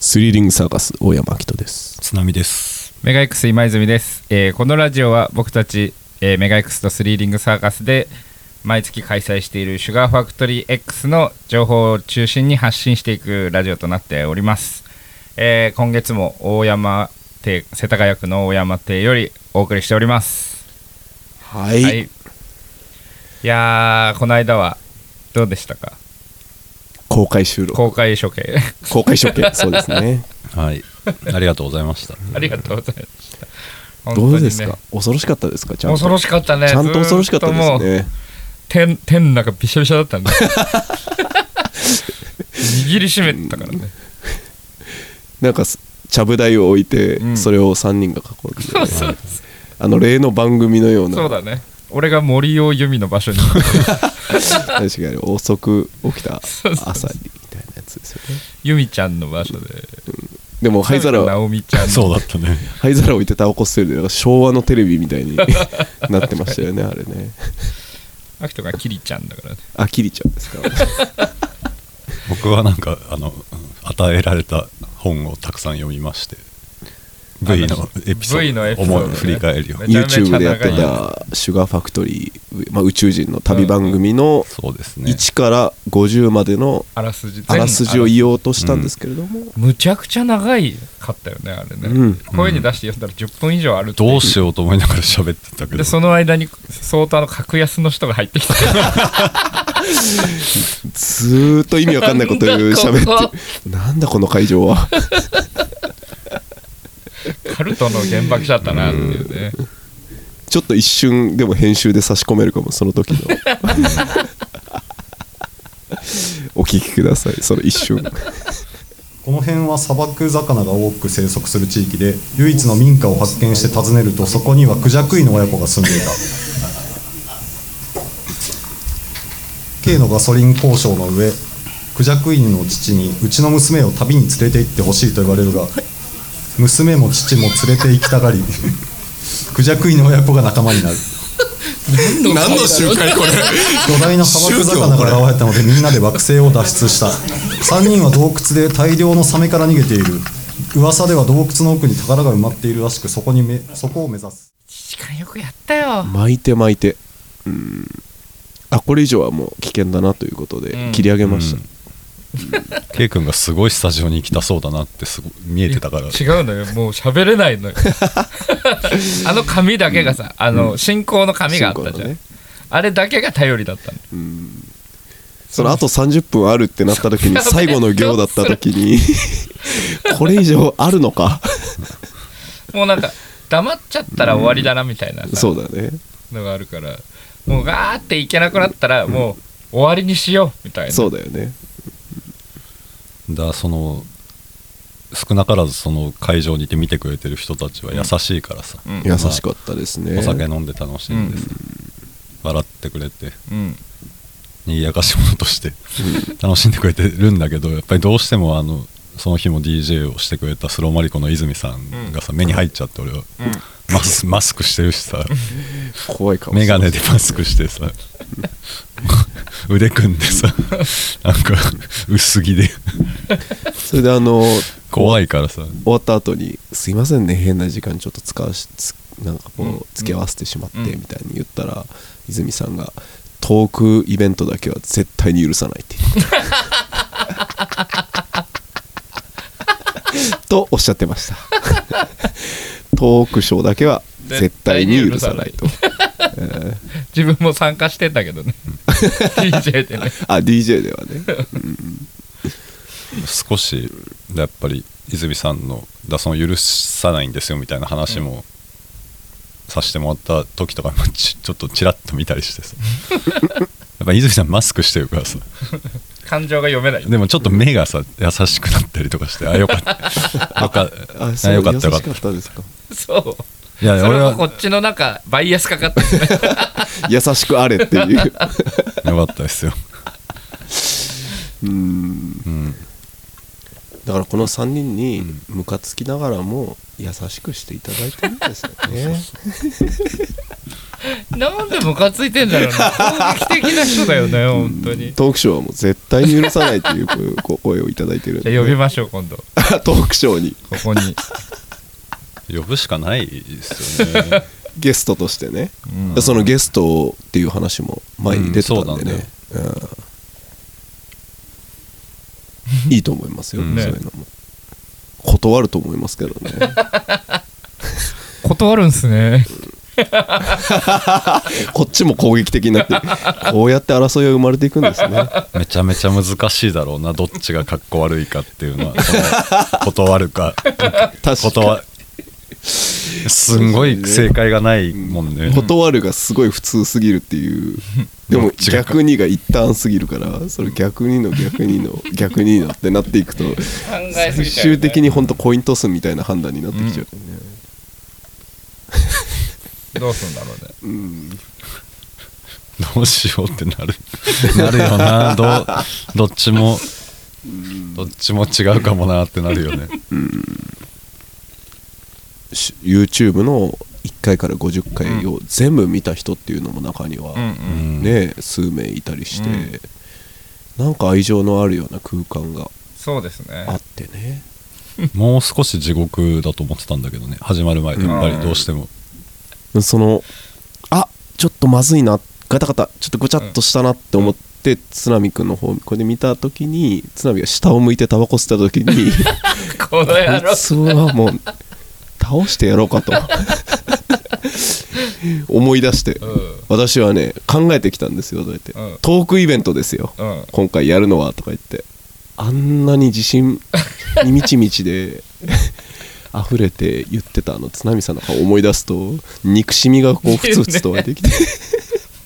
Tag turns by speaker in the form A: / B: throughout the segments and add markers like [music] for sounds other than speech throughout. A: スリリングサーカス大山明人です
B: 津波です
C: メガ X 今泉です、えーこのラジオは僕たち、えーメガ X とスリーリングサーカスで毎月開催しているシュガーファクトリー X の情報を中心に発信していくラジオとなっております、えー今月も大山邸世田谷区の大山邸よりお送りしております
A: は、
C: はいいいやーこの間はどうでしたか
A: 公開収録
C: 公開処刑
A: 公開処
C: [laughs]
A: 刑そうですね
B: はいありがとうございました
C: ありがとうございました本当
A: ど
C: にね
A: うですか恐ろしかったですかちゃんと
C: 恐ろしかったね
A: ちゃんと恐ろしかった
C: ずー
A: です
C: ともう
A: ね
C: 天天の中びしゃびしゃだった
A: [laughs]
C: んだ握りしめてたからね
A: なんかすちゃぶ台を置いて、
C: うん
A: それを3人が囲んで、
C: そうそう
A: あの例の番組のような
C: そうだね俺が森尾由美の
A: [laughs]
C: 場所に
A: 確かに遅く起きた
C: そうそう
A: 朝にみたいなやつですよね
C: 由美ちゃんの場所で
A: でも灰皿
C: 直美ちゃん
B: そうだったね
A: 灰皿置いてタバコ吸ってるでなんか昭和のテレビみたいになってましたよねあれね
C: あきとがキリちゃんだからね
A: あきりちゃんですか
B: 僕はなんかあの与えられた本をたくさん読みまして V のエピソード
C: V のエピソード
B: 思
C: ね
B: いを振り返るよ
C: めちゃめちゃ
A: YouTube でやって
C: 長
A: た「シュガーファクトリー」まあ、宇宙人の旅番組の
B: そうですね
A: 1から50までの
C: あらすじ
A: あらすじを
C: 全
A: 言おうとしたんですけれども
C: むちゃくちゃ長いかったよねあれね、
A: うん
C: 声に出して読んだら10分以上あるってい
B: どうしようと思いながら喋ってたけど
C: でその間に相当あの格安の人が入ってきて
A: ずーっと意味わかんないこと言う喋って
C: [laughs]
A: るなんだこの会場は
C: カルトの原爆者だったなっていうね
A: ちょっと一瞬でも編集で差し込めるかもその時のお聞きくださいその一瞬
D: この辺は砂漠魚が多く生息する地域で唯一の民家を発見して訪ねるとそこにはクジャクイの親子が住んでいた K のガソリン交渉の上クジャクイの父にうちの娘を旅に連れて行ってほしいと言われるが娘も父も連れて行きたがりクジャクイの親子が仲間になる
A: 何の集会これ
D: 巨大な砂漠魚が現れたのでみんなで惑星を脱出した3人は洞窟で大量のサメから逃げている噂では洞窟の奥に宝が埋まっているらしくそこにめそこを目指す
C: 時間よくやったよ
A: 巻いて巻いてうんあこれ以上はもう危険だなということ
C: う
A: で
C: ん
A: 切り上げました、
B: うん K 君がすごいスタジオに行きたそうだなってすご見えてたから
C: 違うのよもう喋れないのよあの紙だけがさ、あの進行の紙があったじ
A: 進行
C: ゃん、
A: のね
C: あれだけが頼りだったの
A: そのあと30分あるってなった時に最後の行だった時にこれ以上あるの
C: [laughs]
A: か
C: もうなんか黙っちゃったら終わりだなみたいなさ、
A: そうだね
C: のがあるからもうガーっていけなくなったらもう終わりにしようみたいな
A: そうだよね
B: だその少なからずその会場にいて見てくれてる人たちは優しいからさ、
C: うん
A: 優しかったですね
B: お酒飲んで楽しんでさ、笑ってくれて
C: うん
B: 賑やかし者として楽しんでくれてるんだけどやっぱりどうしてもあのその日も DJ をしてくれたスローマリコの泉さんがさ、目に入っちゃって俺は、マスマスクしてるしさ
A: 怖いかも
B: 眼鏡でマスクしてさ腕組んでさなんか薄着で
A: それであの
B: 怖いからさ
A: 終わった後に「すいませんね変な時間ちょっと使わしつなんかこう付き合わせてしまって」みたいに言ったら、泉さんが「トークイベントだけは絶対に許さ [laughs] ない」って言ってとおっしゃってましたトークショーだけは絶対に許さないと
C: 自分も参加してんだけどね DJ でね
A: あ DJ ではね
B: 少しやっぱり泉さんのだその許さないんですよみたいな話もさせてもらった時とかもちちょっとちらっと見たり [laughs] してさやっぱ泉さんマスクしてるからさ
C: 感情が読めない
B: でもちょっと目がさ優しくなったりとかしてあよかった [laughs] よかっ
A: [laughs]
B: た
A: あ
B: あよかったよ
A: 優し
B: かっ
A: かったですか
C: そう
B: たいや
C: そ
B: 俺
C: れ
B: は
C: もこっちの中バイアスかかってるね
A: 優しくあれっていう [laughs]
B: よかったですよ
A: うん
B: うん
A: だからこの3人にムカつきながらも優しくしていただいてるんですよね、
C: なんでムカついてんだろうな攻撃的な人だよね本当
A: [laughs]
C: に
A: トークショーはもう絶対に許さないという声をこう声をいただいてるん
C: じ
A: で
C: ゃあ呼びましょう今度
A: [laughs] トークショーに
C: ここに、
B: 呼ぶしかないですよね
A: ゲストとしてね、
C: うん
A: そのゲストっていう話も前に出てたんでね、うんいいと思いますよ、
B: うん
A: そういうのも断ると思いますけどね [laughs]
C: 断るんすね
A: こっちも攻撃的になってこうやって争いが生まれていくんですね
B: めちゃめちゃ難しいだろうなどっちがかっこ悪いかっていうのはその断るか
A: 確か
B: 断すんごい正解がないもんね
A: に断るがすごい普通すぎるって
C: [laughs]
A: いうでも
B: 違うか
A: 逆にが一旦すぎるからそれ逆にの逆にの逆にのってなっていくと
C: 考えす
A: 最
C: ぎちゃう、ね、
A: 終的に本当コイントスみたいな判断になってきちゃうよね、
C: どうすんだろうね
B: どうしようってなるなるよなどうどっちもどっちも違うかもなってなるよね
A: し YouTube の1回から50回を全部見た人っていうのも中には、
C: う
B: う
C: んうん
B: ん
A: ね数名いたりして、なんか愛情のあるような空間が
C: そうですね
A: あってね
B: もう少し地獄だと思ってたんだけどね始まる前やっぱりどうしても
A: そのあちょっとまずいなガタガタちょっとごちゃっとしたなって思って、津波くんの方これで見た時に津波が下を向いてタバコ吸った時 [laughs] に
C: この
A: こ
C: 野
A: い
C: 郎
A: つはもう倒してやろうか [laughs] と思い出して、私はね考えてきたんですよどうやって、
C: うん
A: トークイベントですよ、
C: うんうん
A: 今回やるのはとか言ってあんなに自信にみちみちで溢れて言ってたあの津波さんの顔を思い出すと憎しみがこうふつふつと湧いてきて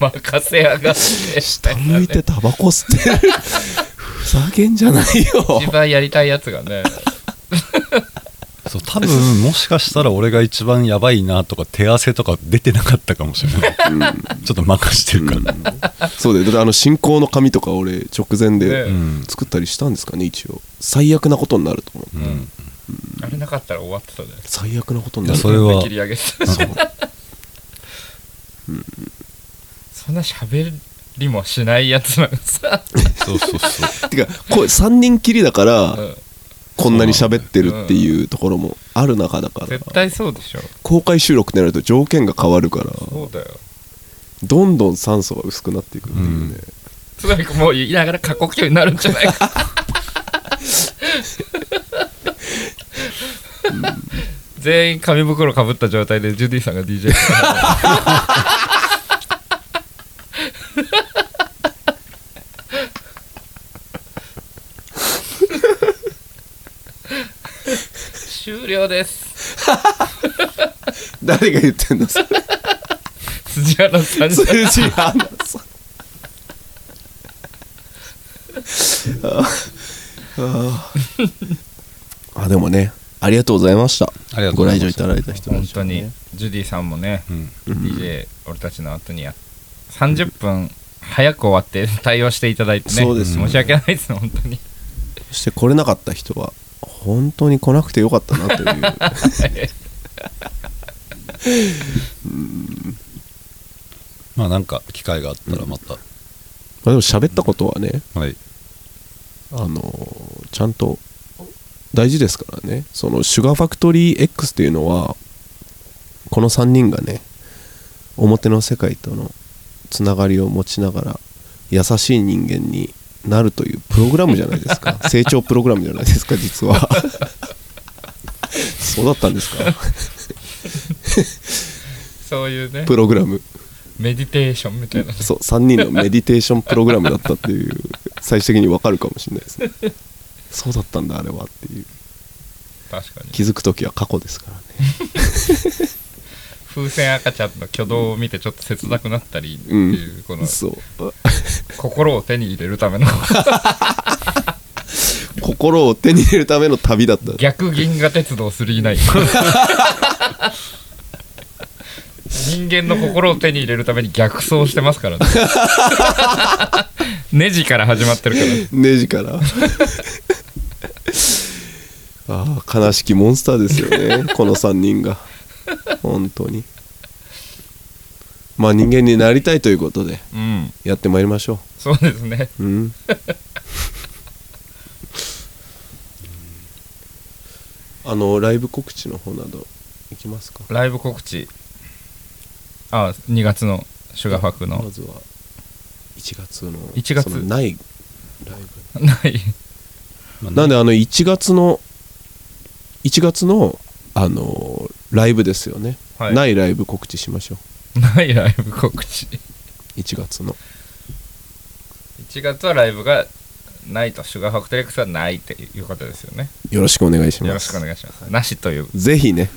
C: 任せやがって
A: 下向いてタバコ吸ってるふざけんじゃないよ
C: [laughs] 一番やりたいやつがね
B: そう多分もしかしたら俺が一番やばいなとか手汗とか出てなかったかもしれない、ちょっと任してるから、
A: そうだよだってあの進行の紙とか俺直前
C: ね
A: で
B: うん
A: 作ったりしたんですかね一応最悪なことになると思う
B: うん
C: あれなかったら終わってたね
A: 最悪なことになる
B: いやそれは
C: 切り上げてた [laughs] そんな喋りもしないやつなんかさ、
B: そうそうそう
A: てかこれ3人きりだから、
C: うん
A: こんなに喋ってるっていうところもある中だから
C: 絶対そうでしょ
A: 公開収録ってなると条件が変わるから
C: そうだよ
A: どんどん酸素が薄くなっていくっていうね、
C: つまりもう言いながら過呼吸になるんじゃないか全員紙袋かぶった状態でジュディさんが DJ してた終了 [laughs] です
A: 誰が言ってん
B: [laughs]
A: のそれ
C: 辻原さんじゃ
A: 数字がさんあああでもねありがとうございました
B: ありがとう
A: ご
B: ござい
A: 来
B: ま
A: 場い
B: した
A: だいた人
C: 本
A: たち
C: 当
A: はね
C: にジュディさんもね、
B: うん
C: DJ 俺たちの後にや30分早く終わって対応していただいてね
A: そうです
B: ね
C: 申し訳ないです本当に
A: そして来れなかった人は本当に来なくてよかった
B: [laughs]
A: なという
B: まあなんか機会があったらまた、
A: まあでも喋ったことはね
B: はい
A: あのちゃんと大事ですからねそのシュガーファクトリー X っていうのはこの3人がね表の世界とのつながりを持ちながら優しい人間になるというプログラムじゃないですか成長プログラムじゃないですか実はそうだったんですか
C: そういうね
A: プログラム
C: メディテーションみたいな
A: そう3人のメディテーションプログラムだったっていう最終的にわかるかもしれないですねそうだったんだあれはっていう
C: 確かに
A: 気づく時は過去ですからね
C: 風船赤ちゃんの挙動を見てちょっと切なくなったりっていう、この
A: そう
C: 心を手に入れるた
A: [laughs]
C: めの
A: 心を手に入れるための旅だった
C: 逆銀河鉄道999人間の心を手に入れるために逆走してま
A: [laughs]
C: すからねネジから始まってるから
A: ネジ
C: [laughs]
A: からああ悲しきモンスターですよねこの3人が本当にまあ人間になりたいということで
C: うん
A: やってまいりましょ
C: そうですね
A: う
C: [laughs]
A: うんあのライブ告知の方などいきますか
C: ライブ告知あ2月のシュガーファク
A: ま
C: の
A: ずは1月の
C: 1
A: そ
C: 月
A: のないライ
C: ない
B: ま
A: ブ
B: あ
A: なんであの1月の1月のあのーライブですよね、
C: はい
A: ないライブ告知しましょ
C: ないライブ告知
A: う1月の
C: 1月はライブがないとシュガーファクトリックスはないっていうことですよね
A: よろしくお願いし
C: よ
A: ま
C: ろしく
A: す
C: お願いしますなしという [laughs]
A: ぜひね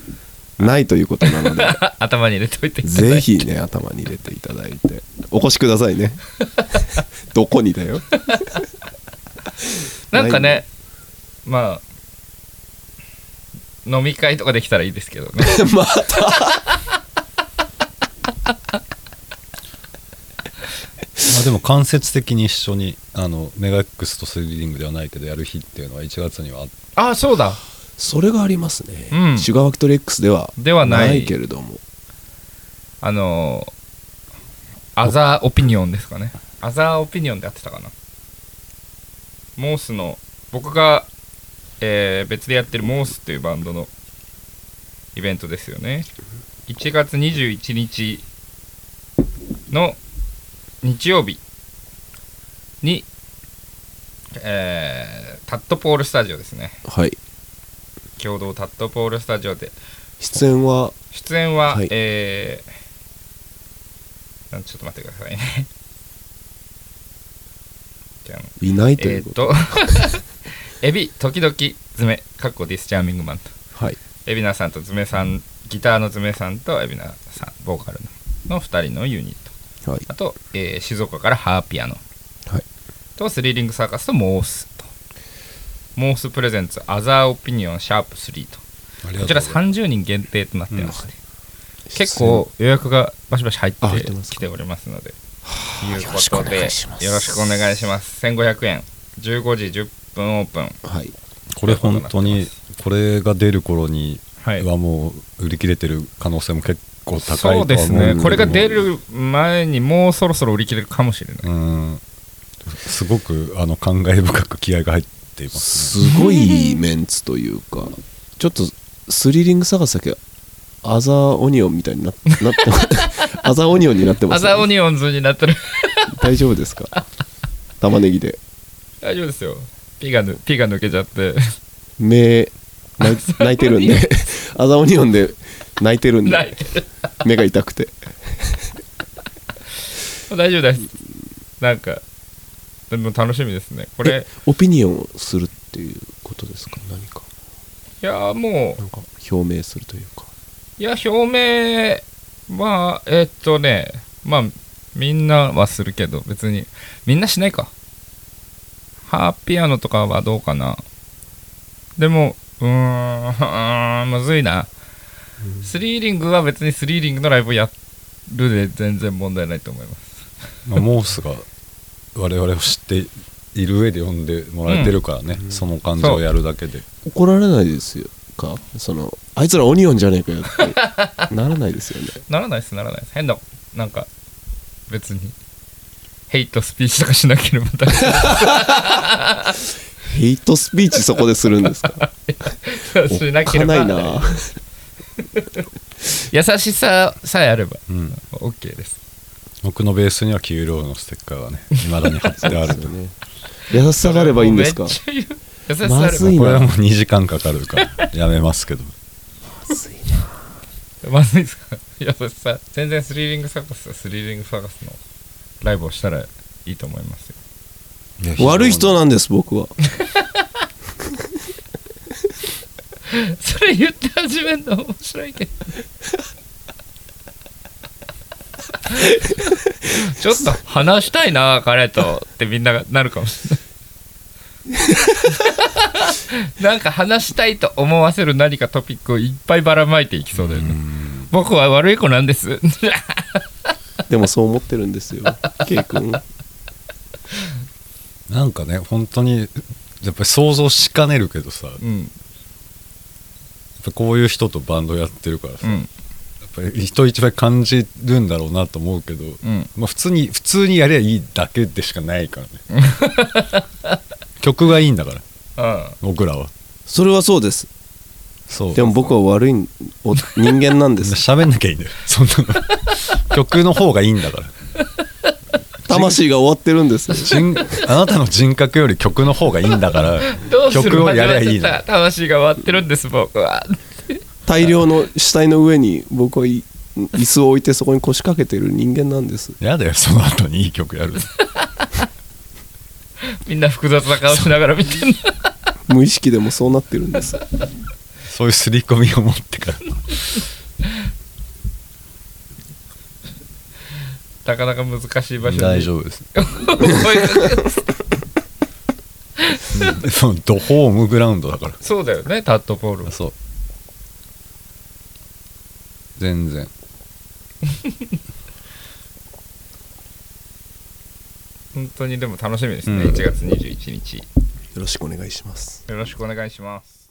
A: ないということなので [laughs]
C: 頭に入れといていただいて
A: ぜひね頭に入れていただいてお越しくださいね [laughs] どこにだよ
C: なんかねまあ飲み会とかできたらいいですけどね
A: [laughs] また
B: まあでも間接的に一緒にあのメガ X とスリリングではないけどやる日っていうのは1月にはあっ
C: ああそうだ
A: それがありますね、
C: うん
A: シュガーファクトリックスでは
C: ではない
A: けれども
C: あのーアザーオピニオンですかねアザーオピニオンでやってたかなモースの僕が、えー別でやってるモースというバンドのイベントですよね1月21日の日曜日に、えータットポールスタジオですね
A: はい
C: 共同タットポールスタジオで
A: 出演は
C: 出演は、
A: はい
C: えーなんちょっと待ってくださいね。 [laughs] じゃん
A: いないとい
C: え
A: う
C: ー
A: こ
C: っ
A: と、
C: と、 [laughs] エビ、時々、ズメ、かっこディスチャーミングマンと、
A: はい
C: エビナさんとズメさん、ギターのズメさんとエビナさん、ボーカルのの2人のユニット、
A: はい
C: あと、えー静岡からハーピアノ、
A: はい
C: と、スリリングサーカスとモースと、モースプレゼンツ、アザーオピニオン、シャープ3と、
B: あり
C: こ
B: が
C: ち
B: とうござい
C: ら
B: ます
C: 30人限定となってます、結構予約がバシバシ入っ
A: あ入っててますか
C: きておりますので、
A: あ
C: いうことで
A: よろしくお願いします
C: よろしくお願いします。1500円、15時10分オープン。
A: 出演はい
B: これ本当にこれが出る頃に
C: はい。
B: はもう売り切れてる可能性も結構高いとは思
C: そううですね。
A: ん
C: これが出る前にもうそろそろ売り切れるかもしれない。
B: うんすごくあの感慨深く気合が入っています
C: [laughs]
A: すごいメンツというかちょっとスリリング探すだけアザーオニオンみたいにななって [laughs]
C: [laughs]
A: アザーオニオンになってま
C: ア
A: すね、
C: ザーオニオンズになってる。 [laughs]
A: 大丈夫ですか玉ねぎで
C: 大丈夫ですよ。ピがぬピが抜けちゃって。
A: 目泣い泣いてるん
C: [laughs]
A: でアザーオニオンで泣いてるん
C: ない [laughs]
A: で目が痛くて
C: 大丈夫です。なんか、でも楽しみですね。これ
A: え、オピニオンをするっていうことですか何か
C: いやーもう
A: な、んか表明するというか
C: いや、表明は、えっとね、まあ、みんなはするけど、別に、みんなしないか。ハーピアノとかはどうかな。でも、うーんうーん、 [laughs] むずいな。スリーリングは別にスリーリングのライブやるで全然問題ないと思います。
B: まあ、モースが我々を知っている上で呼んでもらえてるからね、その感じをやるだけで
A: 怒られないですよかそのあいつらオニオンじゃねえかよ
C: [laughs]
A: ってならないですよね
C: ならないです、ならないです。変な、なんか、別に、ヘイトスピーチとかしなけ
A: [laughs]
C: れば大丈
A: ヘイトスピーチそこでするんです [laughs] か
C: 夫しなけ
A: おっかな
C: れば
A: いな
C: 優しささえあれば、
B: うん、
C: OK です。
B: 僕のベースにはキューローのステッカーがねいまだに貼ってある
A: ですよね優しさがあればいいんですか
C: めっちゃ言う優しさあ
A: まずい
C: れ
A: な
B: これはもう2時間かかるからやめますけど
C: ばまずいですか優しさ全然スリリングサーカスはスリリングサーカスのライブをしたらいいと思います
A: [laughs]
C: よ
A: 悪い人なんです僕は
C: [laughs] それ言って始めるの面白い [laughs] けどちょっと話したいな彼とってみんながなるかもしれ [laughs] ないなんか話したいと思わせる何かトピックをいっぱいばらまいていきそうだよね僕は悪い子なんです
A: でもそう思ってるん [laughs] ですよ K 君
B: なんかね本当にやっぱり想像しかねるけどさやっ
C: うん
B: ぱこういう人とバンドやってるからさ、
C: う
B: やっ
C: ん
B: ぱり人一倍感じるんだろうなと思うけど、
C: うん
B: まあ、普通に普通にやりゃいいだけでしかない
C: [laughs]
B: からね曲がいいんだから
C: うん
B: 僕らは
A: それはそうです
B: そう
A: でも僕は悪いんお人間なんで [laughs] す
B: 喋んなきゃいいんだよそんな
A: [laughs]
B: の曲の方がいいんだから
A: 魂が終わってるんですよ
B: 人あなたの人格より曲の方がいいんだから
C: [laughs] どうする
B: 曲をやりゃいい
C: 始まっちゃ
B: の
C: った魂が割ってるんです僕は
A: 大量の死体の上に僕はい椅子を置いてそこに腰掛けてる人間なんです
B: やだよその後にいい曲
C: [laughs]
B: やる
C: みんな複雑な顔しながら見てんだ
A: 無意識でもそうなってるん [laughs] です
B: そういう刷り込みを持ってから
C: [laughs] なかなか難しい場所に
B: 大丈夫です [laughs]
C: 思い出せ
B: そのドホームグラウンドだから
C: [laughs] そうだよねタッドポールは
B: そう全然
C: 本当にでも楽しみですね、
B: うん
C: 1月21日
A: よろしくお願いします
C: よろしくお願いします